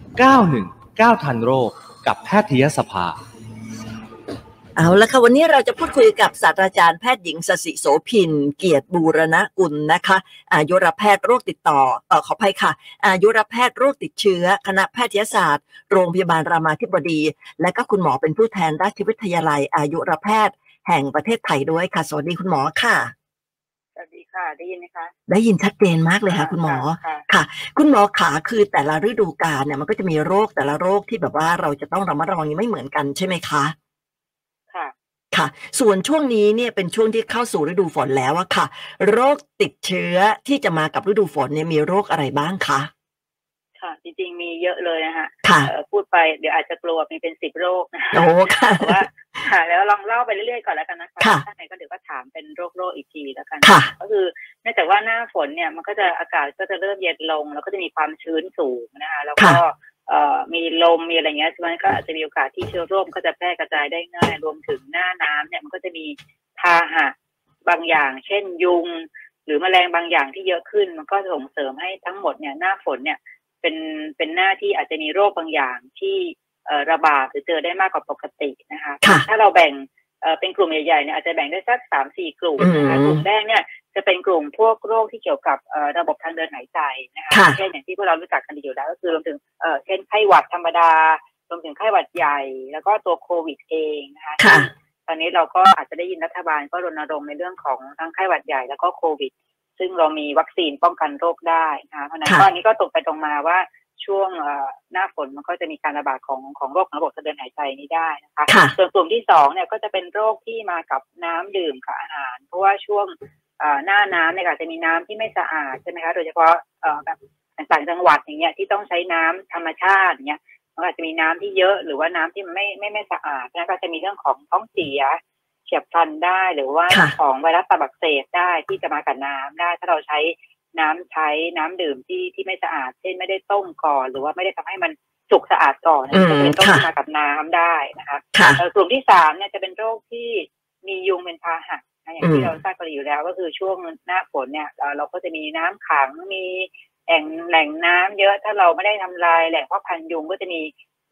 919ทันโรคกับแพทยสภา เอาละค่ะวันนี้เราจะพูดคุยกับศาสตราจารย์แพทย์หญิงสสิโสพิน เกียรติบูรณกุลนะคะอายุรแพทย์โรคติดต่อเออขออภัยค่ะ อายุรแพทย์โรคติดเชื้อ คณะแพทยศาสตร์ โรงพยาบาลรามาธิบดี และก็คุณหมอเป็นผู้แทนราชวิทยาลัย อายุรแพทย์ แห่งประเทศไทยด้วยค่ะ สวัสดีคุณหมอค่ะ สวัสดีค่ะได้ยินไหมคะ ได้ยินชัดเจนมากเลยค่ะ คุณหมอ ค่ะ คุณหมอขาคือแต่ละฤดูกาลเนี่ยมันก็จะมีโรคแต่ละโรคที่แบบว่าเราจะต้องระมัดระวังไม่เหมือนกันใช่ไหมคะ ค่ะ ค่ะ ส่วนช่วงนี้เนี่ยเป็นช่วงที่เข้าสู่ฤดูฝนแล้วอะค่ะ โรคติดเชื้อที่จะมากับฤดูฝนเนี่ยมีโรคอะไรบ้างคะ ค่ะ จริงๆ มีเยอะเลยนะคะ ค่ะ เอ่อพูดไปเดี๋ยวอาจจะกลัวมีเป็นสิบโรคนะคะ โอ้ค่ะ แต่ว่าค่ะ แล้วลองเล่าไปเรื่อยๆก่อนแล้วกันนะคะ ค่ะ ถ้าไหนก็เดี๋ยวก็ถามเป็นโรคโรคๆอีกทีแล้วกัน ค่ะ ก็คือเนื่องจากว่าหน้าฝนเนี่ยมันก็จะอากาศก็จะเริ่มเย็นลง แล้วก็จะมีความชื้นสูงนะคะแล้วก็ ค่ะ เอ่อมีลมมีอะไรเงี้ยมันก็อาจจะมีโอกาสที่เชื้อโรคก็จะแพร่กระจายได้ง่ายรวมถึงหน้าน้ำเนี่ยมันก็จะมีพาหะบางอย่าง เช่นยุง หรือแมลงบางอย่างที่เยอะขึ้น มันก็ส่งเสริมให้ทั้งหมดเนี่ยหน้าฝนเนี่ยเป็นเป็นหน้าที่อาจจะมีโรคบางอย่างที่เอ่อระบาดหรือเจอได้มากกว่าปกตินะคะ ค่ะ ถ้าเราแบ่งเอ่อเป็นกลุ่มใหญ่ๆเนี่ยอาจจะแบ่งได้สักสามสี่กลุ่มนะคะกลุ่มแรกเนี่ย จะเป็นกลุ่มพวกโรคที่เกี่ยวกับเอ่อระบบทางเดินหายใจนะคะ ค่ะ เช่นอย่างที่พวกเรารู้จักกันดีอยู่แล้วก็คือรวมถึงเอ่อเช่นไข้หวัดธรรมดารวมถึงไข้หวัดใหญ่ แล้วก็ตัวโควิดเองนะคะ ค่ะ ซึ่งตอนนี้เราก็อาจจะได้ยินรัฐบาลก็รณรงค์ในเรื่องของทั้งไข้หวัดใหญ่แล้วก็โควิด ซึ่งเรามีวัคซีนป้องกันโรคได้นะคะเพราะฉะนั้น ค่ะ ก็อันนี้ก็ตรงไปตรงมาว่าช่วงเอ่อหน้าฝนมันก็จะมีการระบาดของของโรคระบบทางเดินหายใจนี้ได้นะคะ ค่ะ ส่วนกลุ่มที่สองเนี่ยก็จะเป็นโรคที่มากับน้ำดื่มกับอาหาร เพราะว่าช่วงเอ่อหน้าน้ำเนี่ยค่ะจะมีน้ำที่ไม่สะอาดใช่ไหมคะโดยเฉพาะเอ่อแบบต่างจังหวัดอย่างเงี้ยที่ต้องใช้น้ำธรรมชาติอย่างเงี้ยมันอาจจะมีน้ำที่เยอะหรือว่าน้ำที่มันไม่ไม่ไม่สะอาดนะก็จะมีเรื่องของท้องเสียเฉียบพลันได้หรือว่า ค่ะ ของไวรัสตับอักเสบได้ที่จะมากับน้ำได้ถ้าเราใช้น้ำใช้น้ำดื่มที่ที่ไม่สะอาด เช่นไม่ได้ต้มก่อนหรือว่าไม่ได้ทำให้มันสุกสะอาดก่อนนะก็จะเป็นต้มที่มากับน้ำได้นะคะ ค่ะ เอ่อกลุ่มที่สามเนี่ยจะเป็นโรคที่มียุงเป็นพาหะนะอย่าง อื ที่ ม เราทราบกันอยู่แล้ว ก็คือช่วงหน้าฝนเนี่ยเอ่อเราก็จะมีน้ำขังมีแหล่งแหล่งน้ำเยอะถ้าเราไม่ได้ทำลายแหล่งเพาะพันธุ์ยุงก็จะมี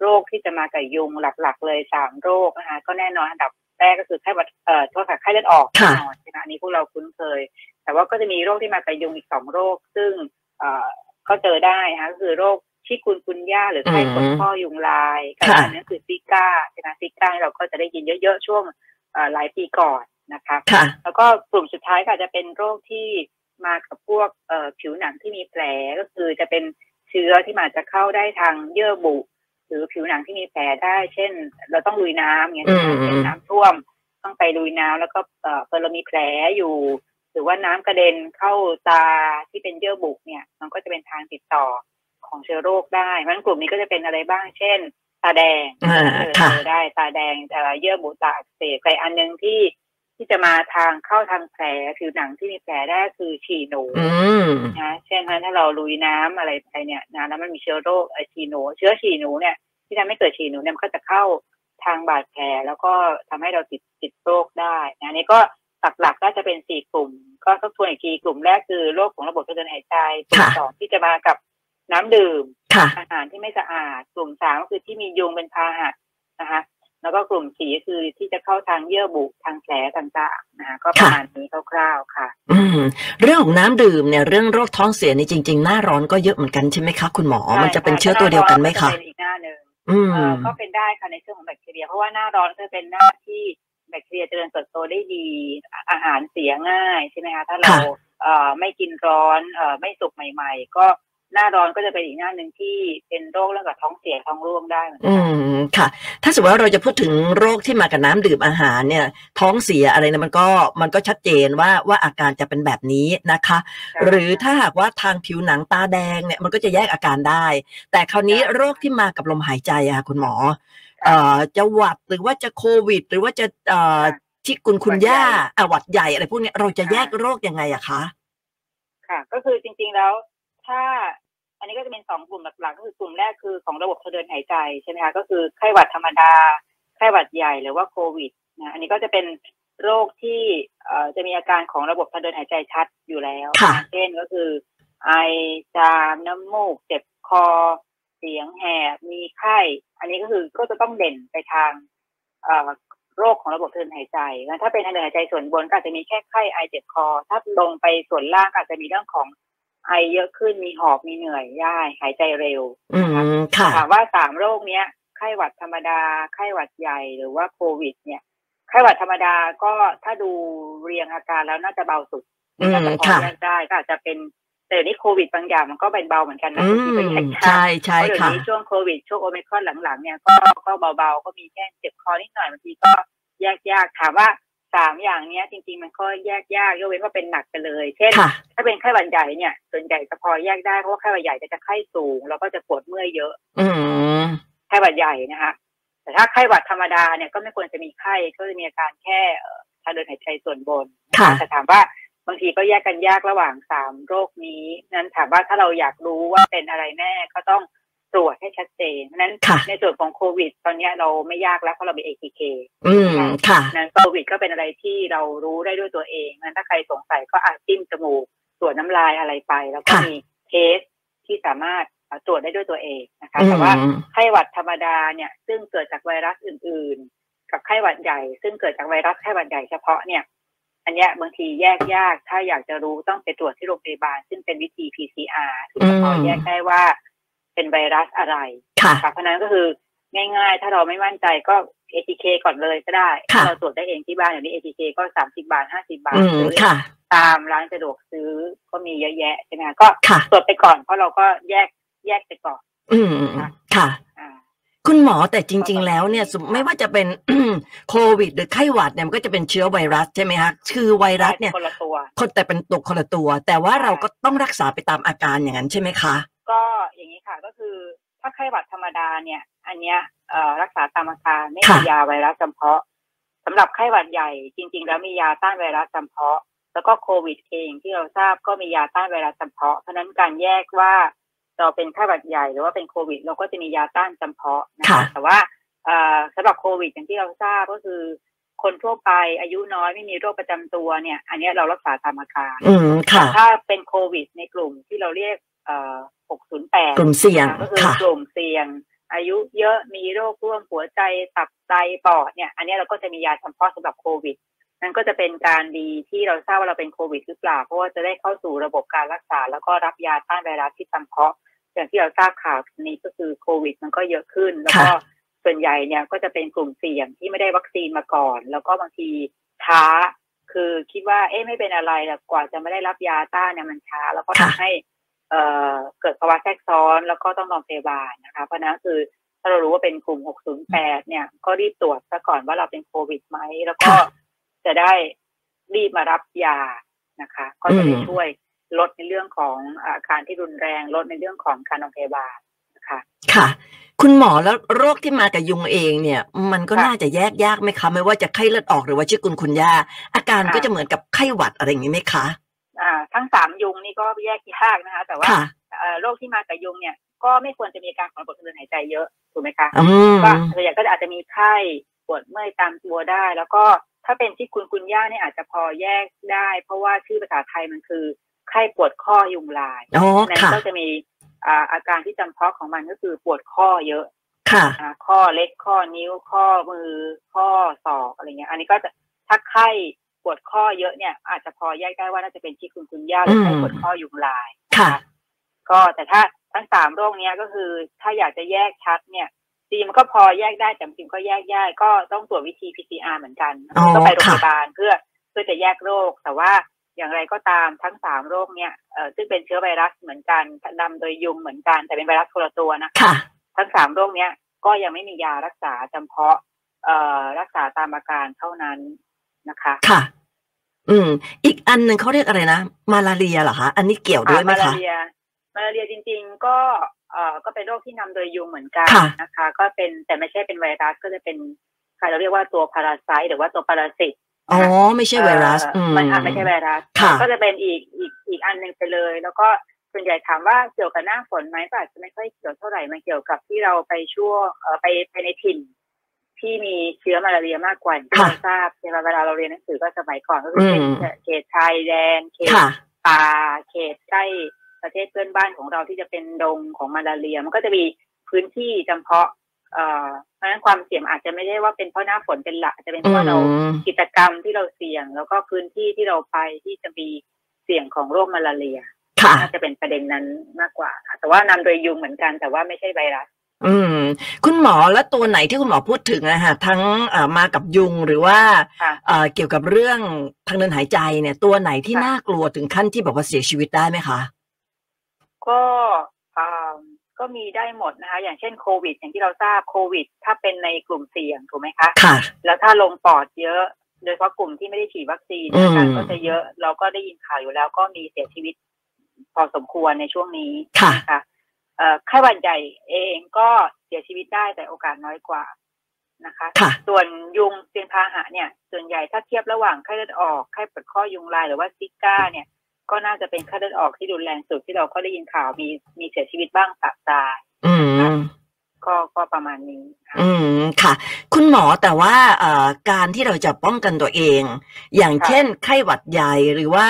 โรคที่จะมากับยุงหลักๆ เลยสามโรคนะคะก็แน่นอนอันดับแรกก็คือไข้หวัดเอ่อโทษค่ะไข้เลือดออก ค่ะ แน่นอนใช่ไหมอันนี้พวกเราคุ้นเคย แต่ว่าก็จะมีโรคที่มากับยุงอีกสองโรค ซึ่งเอ่อก็เจอได้นะคะก็คือโรคชิคุนกุนย่าหรือไข้ขนข้อยุงลายกับ ค่ะ อันนั้นคือซิก้าใช่ไหมซิก้าเราก็จะได้ยินเยอะๆช่วงเอ่อหลายปีก่อนนะคะ ค่ะ แล้วก็กลุ่มสุดท้ายก็อาจจะเป็นโรคที่มากับพวกเอ่อผิวหนังที่มีแผลก็คือจะเป็นเชื้อที่มันอาจจะเข้าได้ทางเยื่อบุหรือผิวหนังที่มีแผลได้ เช่น เราต้องลุยน้ำอย่างเงี้ยนะคะ อืม เป็นน้ำท่วมต้องไปลุยน้ำแล้วก็เอ่อพอเรามีแผลอยู่ หรือว่าน้ำกระเด็นเข้าตาที่เป็นเยื่อบุเนี่ย มันก็จะเป็นทางติดต่อของเชื้อโรคได้เพราะฉะนั้นกลุ่มนี้ก็จะเป็นอะไรบ้าง เช่น ตาแดง อ่า เออ ค่ะ เจอได้ตาแดงเอ่อเยื่อบุตาอักเสบแต่อันหนึ่งที่ที่จะมาทางเข้าทางแผลผิวหนังที่มีแผลได้คือฉี่หนู อืม นะเช่นถ้าเราลุยน้ำอะไรไปเนี่ยนะแล้วมันมีเชื้อโรคเอ่อฉี่หนู เชื้อฉี่หนูเนี่ยที่ทำให้เกิดฉี่หนูเนี่ยมันก็จะเข้าทางบาดแผลแล้วก็ทำให้เราติดติดโรคได้นะอันนี่ก็หลักๆก็จะเป็นสี่กลุ่ม ก็ทบทวนอีกทีกลุ่มแรกคือโรคของระบบทางเดินหายใจกลุ่ม ค่ะ สองที่จะมากับน้ำดื่ม ค่ะ อาหารที่ไม่สะอาด กลุ่มสามก็คือที่มียุงเป็นพาหะนะคะ แล้วก็กลุ่มสี่ก็คือที่จะเข้าทางเยื่อบุทางแผลต่างๆนะคะก็ประมาณนี้คร่าวๆค่ะ อืม เรื่องของน้ำดื่มเนี่ยเรื่องโรคท้องเสียนี่จริง ๆ หน้าร้อนก็เยอะเหมือนกันใช่ไหมคะคุณหมอ มันจะเป็นเชื้อตัวเดียวกันไหมคะ ใช่เป็นอีกหน้าหนึ่ง อืม เอ่อก็เป็นได้ค่ะในเรื่องของแบคทีเรีย เพราะว่าหน้าร้อนก็จะเป็นหน้าที่แบคทีเรียเจริญเติบโตได้ดีอาอาหารเสียง่ายใช่ไหมคะถ้าเรา ค่ะ เอ่อไม่กินร้อนเอ่อไม่สุกใหม่ ๆ ก็หน้าร้อนก็จะเป็นอีกหน้าหนึ่งที่เป็นโรคเรื่องกับท้องเสียท้องร่วงได้เหมือน อื กัน มค่ะ ถ้าสมมติว่าเราจะพูดถึงโรคที่มากับน้ำดื่มอาหารเนี่ย ท้องเสียอะไรเนี่ยมันก็มันก็ชัดเจนว่าว่าอาการจะเป็นแบบนี้นะคะ หรือถ้าหากว่าทางผิวหนังตาแดงเนี่ยมันก็จะแยกอาการได้ แต่คราวนี้ ใช่ โรคที่มากับลมหายใจอะค่ะคุณหมอ เอ่อจะหวัดหรือว่าจะโควิด หรือว่าจะเอ่อ ใช่ ที่คุณคุณย่าอ่ะหวัดใหญ่อะไรพวกเนี้ยเราจะแยก ใช่ โรคยังไงอะคะ ค่ะก็คือจริงๆแล้วถ้าอันนี้ก็จะเป็นสองกลุ่มหลักๆก็คือกลุ่มแรกคือของระบบทางเดินหายใจใช่ไหมคะก็คือไข้หวัดธรรมดาไข้หวัดใหญ่หรือว่าโควิดนะอันนี้ก็จะเป็นโรคที่เอ่อจะมีอาการของระบบทางเดินหายใจชัดอยู่แล้ว ค่ะ เช่นก็คือ ไอจามน้ำมูก เจ็บคอ เสียงแหบมีไข้ อันนี้ก็คือก็จะต้องเด่นไปทางเอ่อโรคของระบบทางเดินหายใจแล้วถ้าเป็นทางเดินหายใจส่วนบนก็อาจจะมีแค่ไข้ไอเจ็บคอ ถ้าลงไปส่วนล่างก็อาจจะมีเรื่องของไอเยอะขึ้นมีหอบมีเหนื่อยได้ หายใจเร็ว อืมค่ะ ถามว่าสามโรคเนี้ยไข้หวัดธรรมดา ไข้หวัดใหญ่หรือว่าโควิด เนี่ยไข้หวัดธรรมดาก็ถ้าดูเรียงอาการแล้วน่าจะเบาสุด อืม น่าจะพอ ค่ะ แยกได้ก็อาจจะเป็นแต่เดี๋ยวนี้โควิดบางอย่างมันก็เป็นเบาเหมือนกันนะ อื ที่ ม เป็นแยกได้ ใช่ใช่ เพราะเดี๋ยว ค่ะ นี้ช่วงโควิดช่วงโอมิครอนหลังๆเนี่ยก็ก็เบาๆก็มีแค่เจ็บคอนิดหน่อยบางทีก็แยกยากถามว่าสามอย่างเนี้ย จริง ๆ มันก็แยกยากยกเว้นว่าเป็นหนักไปเลยเช่น ค่ะ ถ้าเป็นไข้หวัดใหญ่เนี่ยส่วนใหญ่จะพอแยกได้เพราะว่าไข้หวัดใหญ่จะจะไข้สูง แล้วก็จะปวดเมื่อยเยอะ อืม ไข้หวัดใหญ่นะคะ แต่ถ้าไข้หวัดธรรมดาเนี่ยก็ไม่ควรจะมีไข้ก็จะมีอาการแค่เอ่อทางเดินหายใจส่วนบน ค่ะ แต่ถามว่าบางทีก็แยกกันยากระหว่างสามโรคนี้นั้นถามว่าถ้าเราอยากรู้ว่าเป็นอะไรแน่ก็ต้องตรวจให้ชัดเจนเพราะฉะนั้น ค่ะ ในส่วนของโควิด ตอนเนี้ยเราไม่ยากแล้วเพราะเรามี ATK อืมค่ะ นั้นโควิดก็เป็นอะไรที่เรารู้ได้ด้วยตัวเองนั้นถ้าใครสงสัยก็อาจจิ้มจมูกตรวจน้ำลายอะไรไป แล้วก็ ค่ะ มีเทสที่สามารถเอ่อตรวจได้ด้วยตัวเองนะคะ อื แต่ว่า ม ไข้หวัดธรรมดาเนี่ยซึ่งเกิดจากไวรัสอื่นๆ กับไข้หวัดใหญ่ ซึ่งเกิดจากไวรัสไข้หวัดใหญ่เฉพาะเนี่ยอันเนี้ยบางทีแยกยากถ้าอยากจะรู้ต้องไปตรวจที่โรงพยาบาล ซึ่งเป็นวิธี PCR ที่จะพอ อืม แยกได้ว่าเป็นไวรัสอะไร ค่ะ ค่ะเพราะฉะนั้นก็คือง่ายๆ ถ้าเราไม่มั่นใจก็ ATK ก่อนเลยก็ได้ ค่ะ ถ้าเราตรวจได้เองที่บ้านอย่างนี้ ATK ก็สามสิบาทห้าสิบาท อืม หรือ ค่ะ ตามร้านสะดวกซื้อก็มีเยอะแยะใช่ไหมคะก็ ค่ะ ตรวจไปก่อนเพราะเราก็แยกแยกไปก่อน อืมค่ะ อ่า คุณหมอแต่จริง ๆ แล้วเนี่ยสมไม่ว่าจะเป็น โควิด หรือไข้หวัดเนี่ยมันก็จะเป็นเชื้อไวรัสใช่ไหมคะคือไวรัสเนี่ย คนละตัว คนแต่เป็นตัวคนละตัว แต่ว่าเราก็ต้องรักษาไปตามอาการอย่างนั้นใช่ไหมคะ ก็อย่างนี้ค่ะก็คือถ้าไข้หวัดธรรมดาเนี่ย อันเนี้ยเอ่อรักษาตามอาการไม่มี ค่ะ ยาไวรัสจำเพาะสำหรับไข้หวัดใหญ่จริง ๆ แล้วมียาต้านไวรัสจำเพาะ แล้วก็โควิดเองที่เราทราบก็มียาต้านไวรัสจำเพาะเพราะฉะนั้นการแยกว่าเราเป็นไข้หวัดใหญ่หรือว่าเป็นโควิด เราก็จะมียาต้านจำเพาะนะ ค่ะ คะแต่ว่าเอ่อสำหรับโควิด อย่างที่เราทราบก็คือ คนทั่วไปอายุน้อยไม่มีโรคประจำตัวเนี่ย อันเนี้ยเรารักษาตามอาการ อืมค่ะ ถ้าเป็นโควิดในกลุ่มที่เราเรียกเอ่อ608 กลุ่มเสี่ยง ก็คือ ค่ะ กลุ่มเสี่ยง อายุเยอะมีโรคร่วมหัวใจตับไตปอดเนี่ย อันเนี้ยเราก็จะมียาเฉพาะสำหรับโควิด นั่นก็จะเป็นการดีที่เราทราบว่าเราเป็นโควิดหรือเปล่า เพราะว่าจะได้เข้าสู่ระบบการรักษา แล้วก็รับยาต้านไวรัสที่จำเพาะ อย่างที่เราทราบข่าวนี้ก็คือโควิด มันก็เยอะขึ้น แล้วก็ ค่ะ ส่วนใหญ่เนี่ยก็จะเป็นกลุ่มเสี่ยงที่ไม่ได้วัคซีนมาก่อน แล้วก็บางทีช้า คือคิดว่าเอ๊ะไม่เป็นอะไรแต่กว่าจะไม่ได้รับยาต้านเนี่ยมันช้า แล้วก็ ค่ะ ทำให้ เอ่อเกิดภาวะแทรกซ้อนแล้วก็ต้องนอนพยาบาลนะคะ เพราะฉะนั้นคือถ้าเรารู้ว่าเป็นกลุ่ม 608 เนี่ย ก็รีบตรวจซะก่อนว่าเราเป็นโควิดไหม แล้วก็ ค่ะ จะได้รีบมารับยานะคะ ก็จะได้ อืม ช่วยลดในเรื่องของอาการที่รุนแรงลดในเรื่องของการนอนพยาบาลนะคะ ค่ะ คุณหมอแล้วโรคที่มากับยุงเองเนี่ย มันก็ ค่ะ น่าจะแยกยากไหมคะ ไม่ว่าจะไข้เลือดออกหรือว่าชื่อกุลคุณยาอาการก็ ค่ะ จะเหมือนกับไข้หวัดอะไรอย่างนี้ไหมคะ อ่าทั้งสามยุงนี่ก็แยกยากนะคะ แต่ว่า ค่ะ เอ่อโรคที่มากับยุงเนี่ย ก็ไม่ควรจะมีอาการของระบบทางเดินหายใจเยอะถูกไหมคะ อืม ก็ส่วนใหญ่ก็อาจจะมีไข้ปวดเมื่อยตามตัวได้ แล้วก็ถ้าเป็นที่คุณคุณย่าเนี่ยอาจจะพอแยกได้ เพราะว่าชื่อภาษาไทยมันคือไข้ปวดข้อยุงลาย อ๋อ นั้น ค่ะ ก็จะมีอ่าอาการที่จำเพาะของมันก็คือปวดข้อเยอะ ค่ะ อ่าข้อเล็กข้อนิ้วข้อมือ ข้อศอกอะไรเงี้ย อันนี้ก็จะถ้าไข้ปวดข้อเยอะเนี่ย อาจจะพอแยกได้ว่าน่าจะเป็นที่คุณคุณย่าหรือไข้ปวดข้อยุงลาย ค่ะ ก็แต่ถ้าทั้งสามโรคเนี้ยก็คือถ้าอยากจะแยกชัดเนี่ยจริงมันก็พอแยกได้แต่จริงก็แยกยากก็ต้องตรวจวิธี PCR เหมือนกัน อ๋อ ก็ไปโรงพ ค่ะ ยาบาลเพื่อเพื่อจะแยกโรค แต่ว่าอย่างไรก็ตามทั้งสามโรคเนี่ยเอ่อซึ่งเป็นเชื้อไวรัสเหมือนกันนำโดยยุงเหมือนกันแต่เป็นไวรัสคนละตัวนะ ค่ะ ทั้งสามโรคเนี้ยก็ยังไม่มียารักษาจำเพาะเอ่อรักษาตามอาการเท่านั้นนะคะ ค่ะ อืม อีกอันหนึ่งเขาเรียกอะไรนะ มาลาเรียเหรอคะ อันนี้เกี่ยวด้วยไหม อ่ามาลา คะ เรียมาลาเรียจริงๆก็เอ่อก็เป็นโรคที่นำโดยยุงเหมือนกัน ค่ะ นะคะ ก็เป็นแต่ไม่ใช่เป็นไวรัสก็จะเป็นค่ะเราเรียกว่าตัวพาราไซต์หรือว่าตัวปรสิต อ๋อ ไม่ใช่ไวรัส เอ่ อื อ ม มันอ่ะไม่ใช่ไวรัส ค่ะ ก็จะเป็นอีกอีกอีกอันหนึ่งไปเลย แล้วก็ส่วนใหญ่ถามว่าเกี่ยวกับหน้าฝนไหมก็อาจจะไม่ค่อยเกี่ยวเท่าไหร่มันเกี่ยวกับที่เราไปช่วงเอ่อไปไปในถิ่น ที่มีเชื้อมาลาเรียมากกว่าที่เราทราบเวลาเราเรียนหนังสือก็สมัยก่อนก็คือเป็นเขตชายแดนเขต ค่ะ ป่าเขตใกล้ประเทศเพื่อนบ้านของเราที่จะเป็นดงของมาลาเรีย มันก็จะมี พื้นที่จำเพาะเอ่อเพราะฉะนั้นความเสี่ยงอาจจะไม่ได้ว่าเป็นเพราะหน้าฝนเป็นหลักอาจจะเป็นเพราะเรา กิจกรรมที่เราเสี่ยง แล้วก็พื้นที่ที่เราไปที่จะมีเสี่ยงของโรคมาลาเรีย ค่ะ น่าจะเป็นประเด็นนั้นมากกว่าค่ะแต่ว่านำโดยยุงเหมือนกันแต่ว่าไม่ใช่ไวรัส อืม คุณหมอแล้วตัวไหนที่คุณหมอพูดถึงอะฮะทั้งเอ่อมากับยุงหรือว่า ค่ะ เอ่อเกี่ยวกับเรื่องทางเดินหายใจเนี่ย ตัวไหนที่ ค่ะ น่ากลัวถึงขั้นที่บอกว่าเสียชีวิตได้ไหมคะ ก็อ่าก็มีได้หมดนะคะ อย่างเช่นโควิด อย่างที่เราทราบโควิด ถ้าเป็นในกลุ่มเสี่ยงถูกไหมคะ ค่ะ แล้วถ้าลงปอดเยอะ โดยเฉพาะกลุ่มที่ไม่ได้ฉีดวัคซีน อืม อาการก็จะเยอะ เราก็ได้ยินข่าวอยู่แล้ว ก็มีเสียชีวิต พอสมควรในช่วงนี้ ค่ะ นะคะเอ่อไข้หวัดใหญ่เองก็เสียชีวิตได้แต่โอกาสน้อยกว่านะคะ ค่ะ ส่วนยุงเป็นพาหะเนี่ย ส่วนใหญ่ถ้าเทียบระหว่างไข้เลือดออกไข้ปวดข้อยุงลายหรือว่าซิก้า เนี่ย ก็น่าจะเป็นไข้เลือดออกที่รุนแรงสุดที่เราก็ได้ยินข่าวมีมีเสียชีวิตบ้างตับตาย อืม ก็ก็ประมาณนี้ค่ะ อืมค่ะ คุณหมอแต่ว่าเอ่อการที่เราจะป้องกันตัวเอง อย่าง ค่ะ เช่น ไข้หวัดใหญ่หรือว่า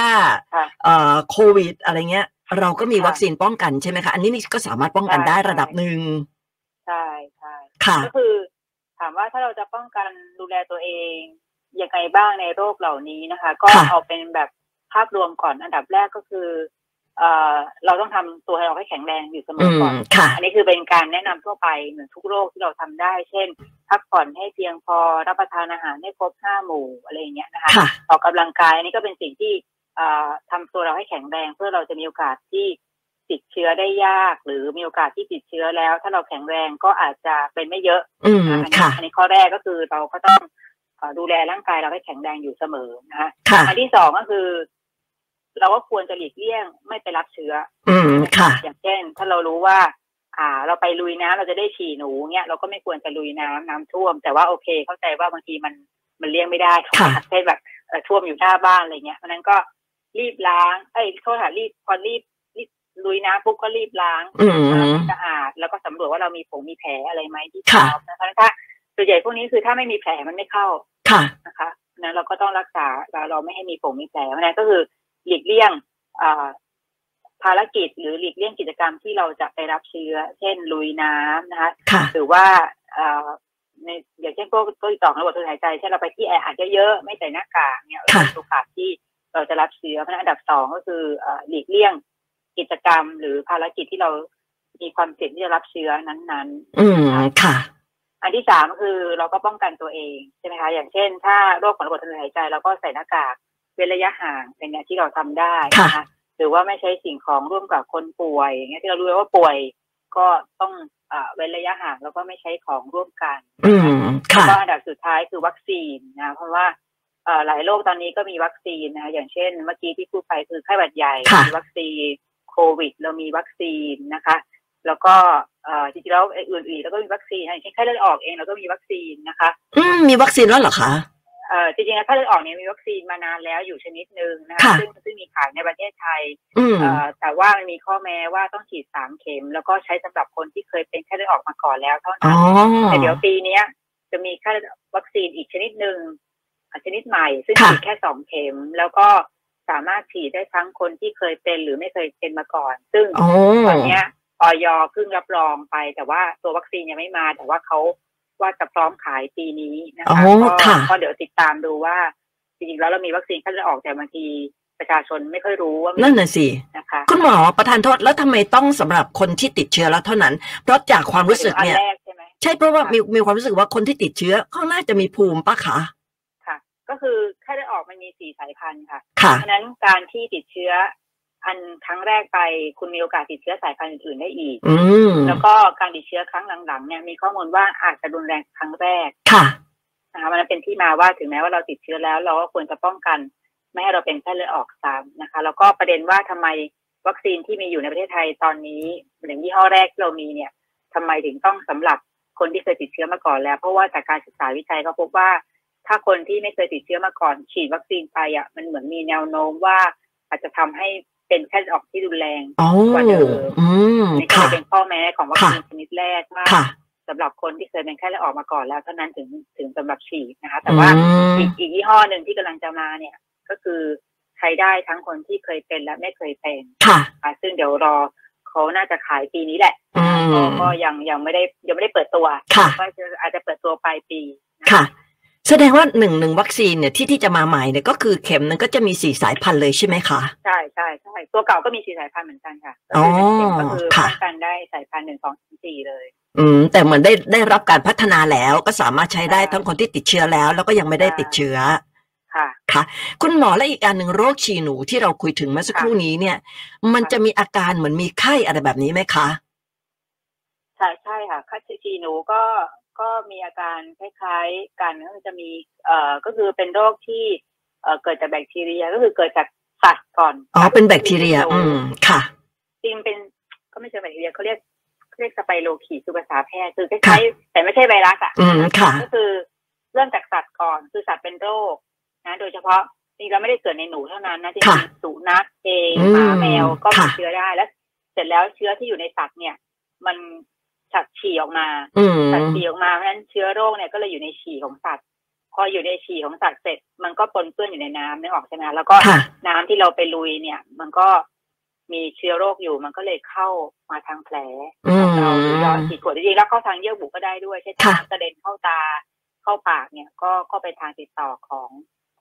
ค่ะ เอ่อโควิด อะไรเงี้ย เราก็มี ค่ะ วัคซีนป้องกันใช่ไหมคะ อันนี้นี่ก็สามารถป้องกัน ใช่ ได้ระดับหนึ่ง ใช่ใช่ ค่ะ ก็คือ ถามว่าถ้าเราจะป้องกันดูแลตัวเองยังไงบ้างในโรคเหล่านี้นะคะ ก็ ค่ะ เอาเป็นแบบภาพรวมก่อนอันดับแรกก็คือเอ่อเราต้องทำตัวให้เราให้แข็งแรงอยู่เสม อื อ ม ก่อน ค่ะ อันนี้คือเป็นการแนะนำทั่วไปเหมือนทุกโรคที่เราทำได้ เช่น พักผ่อนให้เพียงพอรับประทานอาหารให้ครบห้าหมู่อะไรอย่างเงี้ยนะคะ ค่ะ ออกกำลังกายอันนี้ก็เป็นสิ่งที่เอ่อทำตัวเราให้แข็งแรง เพื่อเราจะมีโอกาสที่ติดเชื้อได้ยาก หรือมีโอกาสที่ติดเชื้อแล้ว ถ้าเราแข็งแรงก็อาจจะเป็นไม่เยอะ อืม นะคะอันนี้ ค่ะ อันนี้ข้อแรกก็คือเราก็ต้องเอ่อดูแลร่างกายเราให้แข็งแรงอยู่เสมอนะคะ ค่ะ อันที่สองก็คือ เราก็ควรจะหลีกเลี่ยงไม่ไปรับเชื้อ อืมค่ะ อย่างเช่น ถ้าเรารู้ว่า อ่า เราไปลุยน้ำเราจะได้ฉี่หนูเนี่ยเราก็ไม่ควรจะลุยน้ำน้ำท่วม แต่ว่าโอเค เข้าใจว่าบางทีมันมันเลี่ยงไม่ได้ ค่ะ เช่นแบบเอ่อท่วมอยู่หน้าบ้านอะไรเงี้ยเพราะฉะนั้นก็รีบล้างเอ้ยโทษค่ะรีบพอรีบรีบลุยน้ำปุ๊บก็รีบล้าง อืม ให้สะอาดแล้วก็สำรวจว่าเรามีผงมีแผลอะไรไหมที่ ค่ะ เท้านะคะเพราะฉะนั้นถ้าส่วนใหญ่พวกนี้คือถ้าไม่มีแผลมันไม่เข้า ค่ะ นะคะนั้นเราก็ต้องรักษาเราเราไม่ให้มีผงมีแผลเพราะฉะนั้นก็คือหลีกเลี่ยงอ่าภารกิจหรือหลีกเลี่ยงกิจกรรมที่เราจะไปรับเชื้อ เช่น ลุยน้ำนะคะ ค่ะ หรือว่าอ่าในอย่างเช่นพวกพวกต่อมระบบทางเดินหายใจเช่นเราไปที่แออัดเยอะๆไม่ใส่หน้ากากเนี่ยเรา ค่ะ เป็นโอกาสที่เราจะรับเชื้อเพราะฉะนั้นอันดับสองก็คืออ่าหลีกเลี่ยงกิจกรรม หรือภารกิจที่เรามีความเสี่ยงที่จะรับเชื้อนั้นๆ อืมค่ะ อันที่สามคือเราก็ป้องกันตัวเองใช่ไหมคะอย่างเช่น ถ้าโรคของระบบทางเดินหายใจ เราก็ใส่หน้ากากเว้นระยะห่างเป็นอย่างที่เราทำได้นะ ค่ะ คะหรือว่าไม่ใช้สิ่งของร่วมกับคนป่วยอย่างเงี้ยที่เรารู้ว่าป่วยก็ต้องเอ่อเว้นระยะห่างแล้วก็ไม่ใช้ของร่วมกัน อื นะคะ มค่ะ แล้วก็อันดับสุดท้ายคือวัคซีนนะเพราะว่าเอ่อหลายโรคตอนนี้ก็มีวัคซีนนะอย่างเช่น เมื่อกี้ที่พูดไปคือไข้หวัดใหญ่ ค่ะ มีวัคซีนโควิด เรามีวัคซีนนะคะ แล้วก็เอ่อจริงๆแล้วอื่นๆแล้วก็มีวัคซีนนะอย่างเช่นไข้เลือดออกเองเราก็มีวัคซีนนะคะ อืมมีวัคซีนแล้วเหรอคะ เอ่อจริงๆแล้วไข้เลือดออกเนี่ยมีวัคซีนมานานแล้วอยู่ชนิดหนึ่งนะคะ ค่ะ ซึ่งซึ่งมีขายในประเทศไทย อืม เอ่อแต่ว่ามันมีข้อแม้ว่าต้องฉีดสามเข็ม แล้วก็ใช้สำหรับคนที่เคยเป็นไข้เลือดออกมาก่อนแล้วเท่า อ๋ นั้ อน แต่เดี๋ยวปีเนี้ยจะมีค่าวัคซีนอีกชนิดหนึ่งอ่ะชนิดใหม่ ซึ่งฉีดแค่สองเข็ม แล้วก็สามารถฉีดได้ทั้งคนที่เคยเป็นหรือไม่เคยเป็นมาก่อน ซึ่ง อ๋อ ตอนเนี้ยออยเพิ่งรับรองไป แต่ว่าตัววัคซีนยังไม่มา แต่ว่าเขาว่าจะพร้อมขายปีนี้นะ อ๋ คะ อ ก็ ค่ะ ก็เดี๋ยวติดตามดูว่าจริงๆแล้วเรามีวัคซีนค่าเลือดออกแต่บางทีประชาชนไม่ค่อยรู้ว่ามี นั่นน่ะสิ นะคะ คุณหมอประทานโทษแล้วทำไมต้องสำหรับคนที่ติดเชื้อแล้วเท่านั้น เพราะจากความรู้สึกเนี่ย อัแรกใช่ไหม ใช่เพราะว่ามีมีความรู้สึกว่าคนที่ติดเชื้อเขาน่าจะมีภูมิปะคะ ค่ะ ก็คือไข้เลือดออกมันมีสี่สายพันธุ์ค่ะ ค่ะ เพราะฉะนั้นการที่ติดเชื้ออันครั้งแรกไปคุณมีโอกาสติดเชื้อสายพันธุ์อื่นๆได้อีก อืม แล้วก็การติดเชื้อครั้งหลังๆเนี่ยมีข้อมูลว่าอาจจะรุนแรงครั้งแรก ค่ะ นะคะมันเป็นที่มาว่าถึงแม้ว่าเราติดเชื้อแล้ว เราก็ควรจะป้องกันไม่ให้เราเป็นไข้เลือดออกซ้ำนะคะ แล้วก็ประเด็นว่าทำไมวัคซีนที่มีอยู่ในประเทศไทยตอนนี้หรือยี่ห้อแรกที่เรามีเนี่ยทำไมถึงต้องสำหรับคนที่เคยติดเชื้อมาก่อนแล้ว เพราะว่าจากการศึกษาวิจัยก็พบว่า ถ้าคนที่ไม่เคยติดเชื้อมาก่อน ฉีดวัคซีนไปอ่ะมันเหมือนมีแนวโน้มว่า อาจจะทำให้เป็นไข้เลือดออกที่รุนแรง อ๋อ กว่าเดิม อืม อันนี่ก็ ค่ะ เลยเป็นข้อแม้ของวัคซีนชนิดแรกว่า ค่ะ สำหรับคนที่เคยเป็นไข้เลือดออกมาก่อนแล้วเท่านั้นถึงถึงสำหรับฉีดนะคะ แต่ว่า อืม อีกอีกยี่ห้อหนึ่งที่กำลังจะมาเนี่ย ก็คือใช้ได้ทั้งคนที่เคยเป็นและไม่เคยเป็น ค่ะ อ่ะซึ่งเดี๋ยวรอเขาน่าจะขายปีนี้แหละ อืม ม ก็ก็ยังยังไม่ได้ยังไม่ได้เปิดตัว ค่ะ ก็จะอาจจะเปิดตัวปลายปีน ค่ะ แสดงว่าหนึ่งหนึ่งวัคซีนเนี่ยที่ที่จะมาใหม่เนี่ยก็คือเข็มหนึงก็จะมีสี่สายพันธุ์เลยใช่ไหมคะ ใช่ใช่ใช่ตัวเก่าก็มีสี่สายพันธุ์เหมือนกันค่ะ อ๋อ ก็คือ ค่ะ ป้องกันได้สายพันธุ์หนึ่งสองสามสี่เลย อืม แต่เหมือนได้ได้รับการพัฒนาแล้วก็สามารถใช้ได้ทั้งคนที่ติดเชื้อแล้ว แล้วก็ยังไม่ได้ติดเชื้อ ค่ะ คุณหมอและอีกอันหนึ่งโรคฉี่หนูที่เราคุยถึงเมื่อสักครู่นี้เนี่ย มันจะมีอาการเหมือนมีไข้อะไรแบบนี้ไหมคะ ใช่ใช่ค่ะคัดชีหนูก็ก็มีอาการคล้ายๆกันก็คือจะมีเอ่อก็คือเป็นโรคที่เอ่อเกิดจากแบคทีเรียก็คือเกิดจากสัตว์ก่อน อ๋อ เป็นแบคทีเรีย อืม ค่ะ จริงเป็นก็ไม่ใช่แบคทีเรียเขาเรียกเขาเรียกสไปโรคีคือภาษาแพทย์คือคล้ายๆแต่ไม่ใช่ไวรัสอ่ะ อืม ค่ะ ก็คือเริ่มจากสัตว์ก่อนคือสัตว์เป็นโรคนะ โดยเฉพาะจริงๆแล้วไม่ได้เกิดในหนูเท่านั้นนะที่ ค่ะ สุนัขเอง อืม หมาแมวก็มี ค่ะ เชื้อได้แล้ว เสร็จแล้วเชื้อที่อยู่ในสัตว์เนี่ย มันสัตว์ฉี่ออกมา อื สัตว์ ม ฉี่ออกมาเพราะฉะนั้นเชื้อโรคเนี่ยก็เลยอยู่ในฉี่ของสัตว์ พออยู่ในฉี่ของสัตว์เสร็จ มันก็ปนเปื้อนอยู่ในน้ำนึกออกใช่ไหมแล้วก็ ค่ะ น้ำที่เราไปลุยเนี่ย มันก็มีเชื้อโรคอยู่มันก็เลยเข้ามาทางแผล อื ข ม องเราหรือยอดฉีดขวดจริงๆแล้วเข้าทางเยื่อบุก็ได้ด้วยใช่ ค่ะ ทางกระเด็นเข้าตาเข้าปากเนี่ย ก็ก็เป็นทางติดต่อของ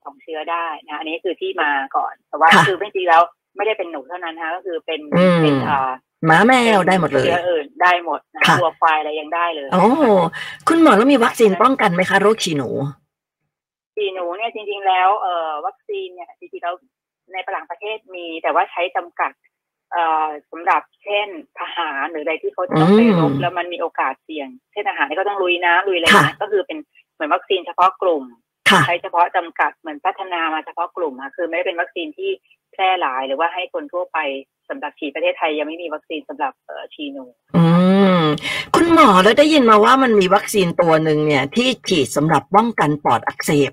ของเชื้อได้นะอันนี้คือที่มาก่อน แต่ว่า ค่ะ คือไม่จริงแล้วไม่ได้เป็นหนูเท่านั้นนะคะก็คือเป็น อืม เป็นเอ่อ หมาแม ป็น วได้หมดเลย ชื้ออื่นได้หมดนะ ค่ะ วัวควายอะไรยังได้เลย โอ้คุณหมอแล้วมีวัคซีนป้องกันไหมคะ โรคฉี่หนู ฉีหนูเนี่ยจริง ๆ แล้วเอ่อวัคซีนเนี่ยจริงๆแล้วในฝรั่งประเทศมี แต่ว่าใช้จำกัด เอ่อสำหรับเช่นทหารหรืออะไรที่เขาจะต้องไปรบ อืม แล้วมันมีโอกาสเสี่ยง เช่นทหารที่เขาต้องลุยน้ำลุยอะไรเนี่ย ค่ะ ก็คือเป็นเหมือนวัคซีนเฉพาะกลุ่ม ค่ะ ใช้เฉพาะจำกัดเหมือนพัฒนามาเฉพาะกลุ่มอะคือไม่ได้เป็นวัคซีนที่แพร่หลายหรือว่าให้คนทั่วไปสำหรับฉีดประเทศไทยยังไม่มีวัคซีนสำหรับเอ่อชีหนู อืม คุณหมอแล้วได้ยินมาว่ามันมีวัคซีนตัวหนึ่งเนี่ย ที่ฉีดสำหรับป้องกันปอดอักเสบ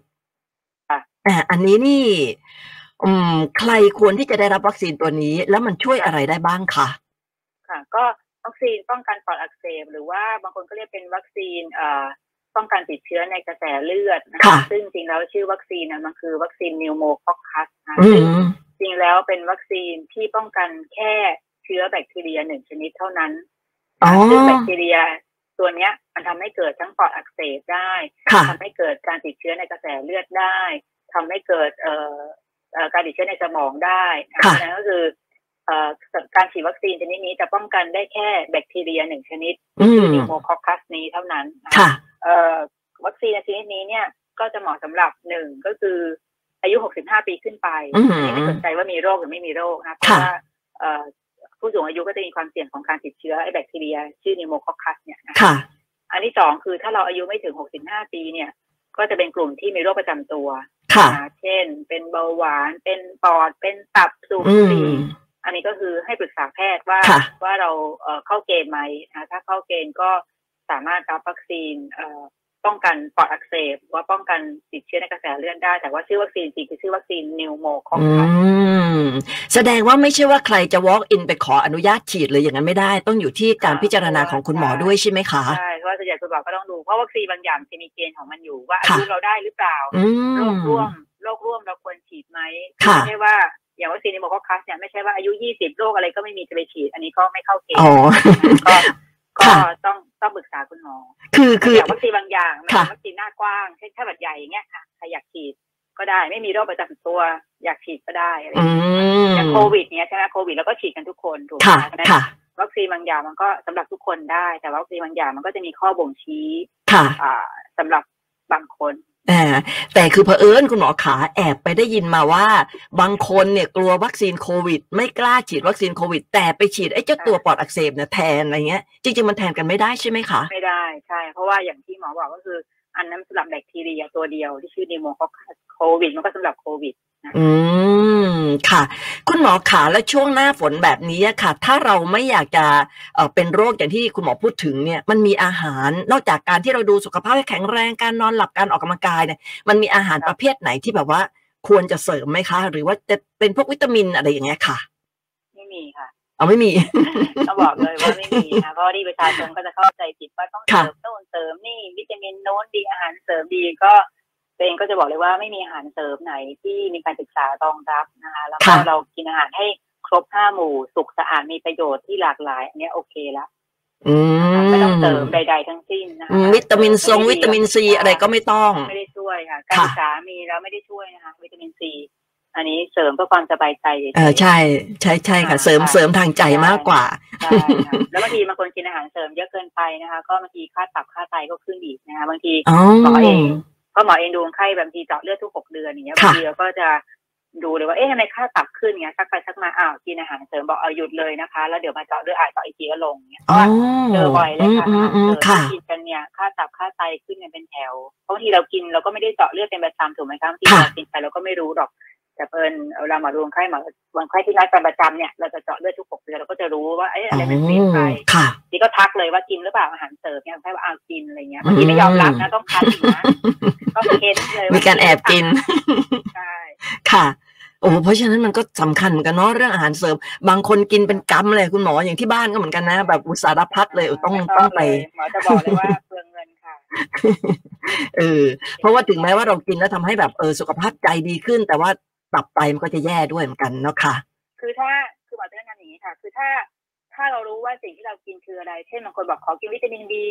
ค่ะ อ่าอันนี้นี่ อืม ใครควรที่จะได้รับวัคซีนตัวนี้ แล้วมันช่วยอะไรได้บ้างคะ ค่ะ ก็วัคซีนป้องกันปอดอักเสบหรือว่าบางคนก็เรียกเป็นวัคซีนเอ่อป้องกันติดเชื้อในกระแสเลือดนะ ค่ะ ซึ่งจริงๆแล้วชื่อวัคซีนนะมันคือวัคซีนนิวโมคอคัสนะ อื ซึ่ง ม จริงแล้วเป็นวัคซีนที่ป้องกันแค่เชื้อแบคทีเรียหนึ่งชนิดเท่านั้น อ๋อ ซึ่งแบคทีเรียตัวเนี้ย มันทำให้เกิดทั้งปอดอักเสบได้ ค่ะ ทำให้เกิดการติดเชื้อในกระแสเลือดได้ทำให้เกิดเอ่อเอ่อการติดเชื้อในสมองได้นะ ค่ะ ฉนั้นก็คือเอ่อการฉีดวัคซีนชนิดนี้จะป้องกันได้แค่แบคทีเรียหนึ่งชนิด อืม โมคอคัสนี้เท่านั้นนะ ค่ะ เอ่อวัคซีนชนิดนี้เนี่ยก็จะเหมาะสำหรับหนึ่งก็คืออายุ 65 ปีขึ้นไป อือหือ ไม่สนใจว่ามีโรคหรือไม่มีโรคนะเพ ค่ะ ราะว่าเอ่อผู้สูงอายุก็จะมีความเสี่ยงของการติดเชื้อไอแบคทีเรีย ชื่อนิโมคอคัสเนี่ยนะ ค่ะ อันที่สองคือถ้าเราอายุไม่ถึง 65 ปีเนี่ย ก็จะเป็นกลุ่มที่มีโรคประจำตัว ค่ะ นะเช่น เป็นเบาหวานเป็นปอด เป็นตับสูบ อื บุห ม รี่ อันนี้ก็คือให้ปรึกษาแพทย์ว่า ค่ะ ว่าเราเอ่อเข้าเกณฑ์ไหมนะถ้าเข้าเกณฑ์ก็สามารถรับวัคซีนเอ่อป้องกันปอดอักเสบหรือว่าป้องกันติดเชื้อในกระแสเลือดได้ แต่ว่าชื่อวัคซีนจริงคือชื่อวัคซีนนิวโมคอ อื คัส ม แสดงว่าไม่ใช่ว่าใครจะ walk in ไปขออนุญาตฉีดเลยอย่างนั้นไม่ได้ ต้องอยู่ที่การพิจารณาของคุณหมอด้วยใช่ไหมคะ ใช่เพราะว่าส่วนใหญ่คุณหมอก็ต้องดูเพราะวัคซีนบางอย่างจะมีเกณฑ์ของมันอยู่ว่าอา ค่ะ ยุเราได้หรือเปล่า อื โร ม คร่วมโรคร่วมเราควรฉีดไหม ค่ะ ไม่ใช่ว่าอย่างวัคซีนนิวโมคอคัสเนี่ยไม่ใช่ว่าอายุ 20 โรคอะไรก็ไม่มีจะไปฉีด อันนี้ก็ไม่เข้าเกณฑ์ อ๋อ ก็ก็ ค่ะ ต้องต้องปรึกษาคุณหมอ คือคือ ย่างวัคซีนบางอย่างมัน ค่ะ เป็นวัคซีนหน้ากว้างเช่นไข้หวัดใหญ่อย่างเงี้ยค่ะใครอยากฉีดก็ได้ไม่มีโรคประจำตัว อยากฉีดก็ได้อะไรอ อื ย่างมเงี้ยอย่างโควิดเนี้ยใช่ไหมโควิดแล้วก็ฉีดกันทุกคนถูกไหม ค่ะ ฉะนั้น ค่ะ วัคซีนบางอย่างมันก็สำหรับทุกคนได้ แต่ว่าวัคซีนบางอย่างมันก็จะมีข้อบ่งชี้ ค่ะ อ่าสำหรับบางคน อ่าแต่คือเผอิญคุณหมอขาแอบไปได้ยินมาว่า บางคนเนี่ยกลัววัคซีนโควิด ไม่กล้าฉีดวัคซีนโควิด แต่ไปฉีดไอ้เจ้าตัวปอดอักเสบเนี่ยแทนอะไรเงี้ย จริงๆมันแทนกันไม่ได้ใช่ไหมคะ ไม่ได้ใช่ เพราะว่าอย่างที่หมอบอกก็คืออันนั้นสำหรับแบคทีเรียตัวเดียวที่ชื่อนิโมคอคัสโควิด มันก็สำหรับโควิด อืมค่ะ คุณหมอขาแล้วช่วงหน้าฝนแบบนี้อะค่ะ ถ้าเราไม่อยากจะเอ่อเป็นโรคอย่างที่คุณหมอพูดถึงเนี่ย มันมีอาหารนอกจากการที่เราดูสุขภาพให้แข็งแรงการนอนหลับการออกกำลังกายเนี่ยมันมีอาหารประเภทไหนที่แบบว่า ควรจะเสริมไหมคะ หรือว่าจะเป็นพวกวิตามินอะไรอย่างเงี้ยค่ะ ไม่มีค่ะ เอาไม่มี ต้องบอกเลยว่าไม่มีนะ เพราะว่าที่ประชาชนก็จะเข้าใจผิดว่าต้องเสริ ค่ะ มโน่นเสริมนี่วิตามินโน้นดีอาหารเสริมดีก็ตัวเองก็จะบอกเลยว่าไม่มีอาหารเสริมไหนที่มีการศึกษารองรับนะคะ แล้วก็ ค่ะ เรากินอาหารให้ครบห้าหมู่สุขสะอาดมีประโยชน์ที่หลากหลายอันเนี้ยโอเคละ อืม ไม่ต้องเสริมใด ๆ ทั้งสิ้นนะ อื คะ มวิตามินซงวิตามินซีอะไรก็ไม่ต้อง ไม่ได้ช่วยค่ะ การ ค่ะ ศึกษามีแล้วไม่ได้ช่วยนะคะ วิตามินซีอันนี้เสริมเพื่อความสบายใจฉยๆ เออใช่ ใช่ใช่ค่ะ อ่า เสริม ค่ะ เสริมทางใจ ใช่ มากกว่า ใช่ค่ะแล้วบางทีบางคนกินอาหารเสริมเยอะเกินไปนะคะ ก็บางทีค่าตับค่าไตก็ขึ้นอีกนะคะบางที อ๋อ หมอเอง เพราะหมอเองดูคนไข้บางทีเจาะเลือดทุกหกเดือนอย่างเงี้ย ค่ะ บางทีเราก็จะดูเลยว่าเอ๊ะทำไมค่าตับขึ้นเงี้ยสักไปสักมาอ้าวกินอาหารเสริมบอกเอาหยุดเลยนะคะ แล้วเดี๋ยวมาเจาะเลือดอ่านเจาะอีกทีก็ลงเงี้ยเพ อ๋อ ราะว่าเจอบ่อยเลยค่ะ อืมอืมอืม อาหาร ค่ะ เสริมที่กินกันเนี่ยค่าตับค่าไตขึ้นกันเป็นแถวเพราะบางทีเรากินเราก็ไม่ได้เจาะเลือดเป็นประจำถูกไหมคะบางที ค่ะ เรากินไปเราก็ไม่รู้หรอก แต่เพิ่นเวลาหมอดูคนไข้หมอคนไข้ที่นัดกันประจำเนี่ยเราจะเจาะเลือดทุกหกเดือนเราก็จะรู้ว่าเอ๊ะ อ๋ อะไรมันเปลี่ยนไป อค่ะ นี่ก็ทักเลยว่ากินหรือเปล่าอาหารเสริมเนี่ยใช่ว่าเอากินอะไรเงี้ยบางทีไม่ยอมรับนะต้องคัดอีกนะต้องเค้นเลยว่ มีการแอบกิน ใช่ ค่ะโอ้เพราะฉะนั้นมันก็สำคัญเหมือนกันเนาะเรื่องอาหารเสริม บางคนกินเป็นกำเลยคุณหมออย่างที่บ้านก็เหมือนกันนะ แบบอุตสารพัดเลยต้อง แล้วก็ ต้องไป เลยหมอจะบอกเลยว่าเปลืองเงินค่ะ เออ เพราะว่าถึงแม้ว่าเรากินแล้วทำให้แบบเออสุขภาพใจดีขึ้น แต่ว่าตับไตมันก็จะแย่ด้วยเหมือนกันเนาะค่ะ คือถ้าคือหมอจะแนะนำอย่างนี้ค่ะ คือถ้าถ้าเรารู้ว่าสิ่งที่เรากินคืออะไร เช่นบางคนบอกขอกินวิตามินบี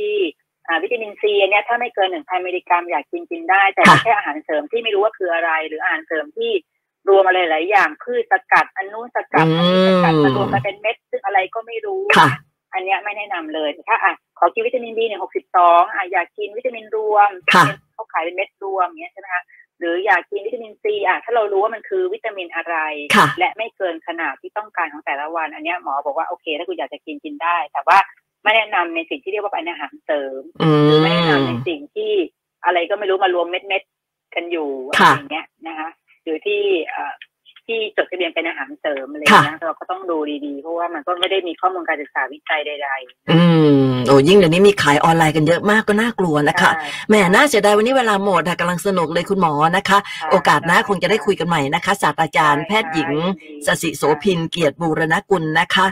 อ่าวิตามินซีเนี่ยถ้าไม่เกินหนึ่งพันมิลลิกรัมอยากกินกินได้ แต่ไม่ ค่ะ ใช่อาหารเสริมที่ไม่รู้ว่าคืออะไร หรืออาหารเสริมที่รวมอะไรหลายอย่างพืชสกัดอันนู้นสกัดอันนี้สกัดมารวมกันเป็นเม็ดซึ่งอะไรก็ไม่รู้ ค่ะ อันเนี้ยไม่แนะนำเลยถ้าอ่ะขอกินวิตามินบีหนึ่งหกสิบสองอ่ะอยากกินวิตามินรวม ค่ะ เขาขายเป็นเม็ดรวมอย่างเงี้ยใช่ไหมคะหรืออยากกินวิตามินซีอ่ะถ้าเรารู้ว่ามันคือวิตามินอะไร ค่ะ และไม่เกินขนาดที่ต้องการของแต่ละวัน อันเนี้ยหมอบอกว่าโอเค ถ้าคุณอยากจะกินกินได้ แต่ว่าไม่แนะนำในสิ่งที่เรียกว่าเป็นอาหารเสริม อื ไม่แนะ ม นำในสิ่งที่อะไรก็ไม่รู้มารวมเม็ดเม็ดๆกันอยู่อะไร ค่ะ อย่างเงี้ยนะคะหรือที่เอ่อที่จดทะเบียนเป็นอาหารเสริมอะไรอย่างเงี้ยเราก็ต้องดูดีๆเพราะว่ามันก็ไม่ได้มีข้อมูลการศึกษาวิจัยใด ๆ อืมโอ้ยิ่งเดี๋ยวนี้มีขายออนไลน์กันเยอะมากก็น่ากลัวนะคะ ใช่ แหมน่าเสียดายวันนี้เวลาหมดค่ะกำลังสนุกเลยคุณหมอนะคะ ใช่ โอกาสหน้าคงจะได้คุยกันใหม่นะคะศาสตราจารย์ ใช่ แพทย์หญิงส ใช่ สิโสพินเกียรติบูรณกุลนะคะ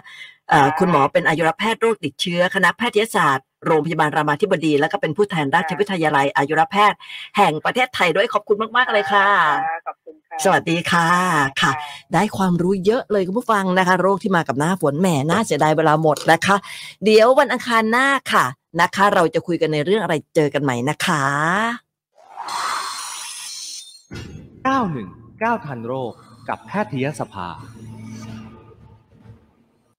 เอ่อคุณหมอเป็นอายุรแพทย์โรคติดเชื้อคณะแพทยศาสตร์โรงพยาบาลรามาธิบดี แล้วก็เป็นผู้แทนราชวิทยาลัยอายุรแพทย์ แห่งประเทศไทยด้วยขอบคุณมากๆเลยค่ะ ค่ะขอบคุณค่ะ สวัสดีค่ะค่ะ ได้ความรู้เยอะเลยคุณผู้ฟังนะคะ โรคที่มากับหน้าฝนแหมน่าเสียดายเวลาหมดนะคะ เดี๋ยววันอังคารหน้าค่ะนะคะ เราจะคุยกันในเรื่องอะไรเจอกันใหม่นะคะ 919ทันโรคกับแพทยสภา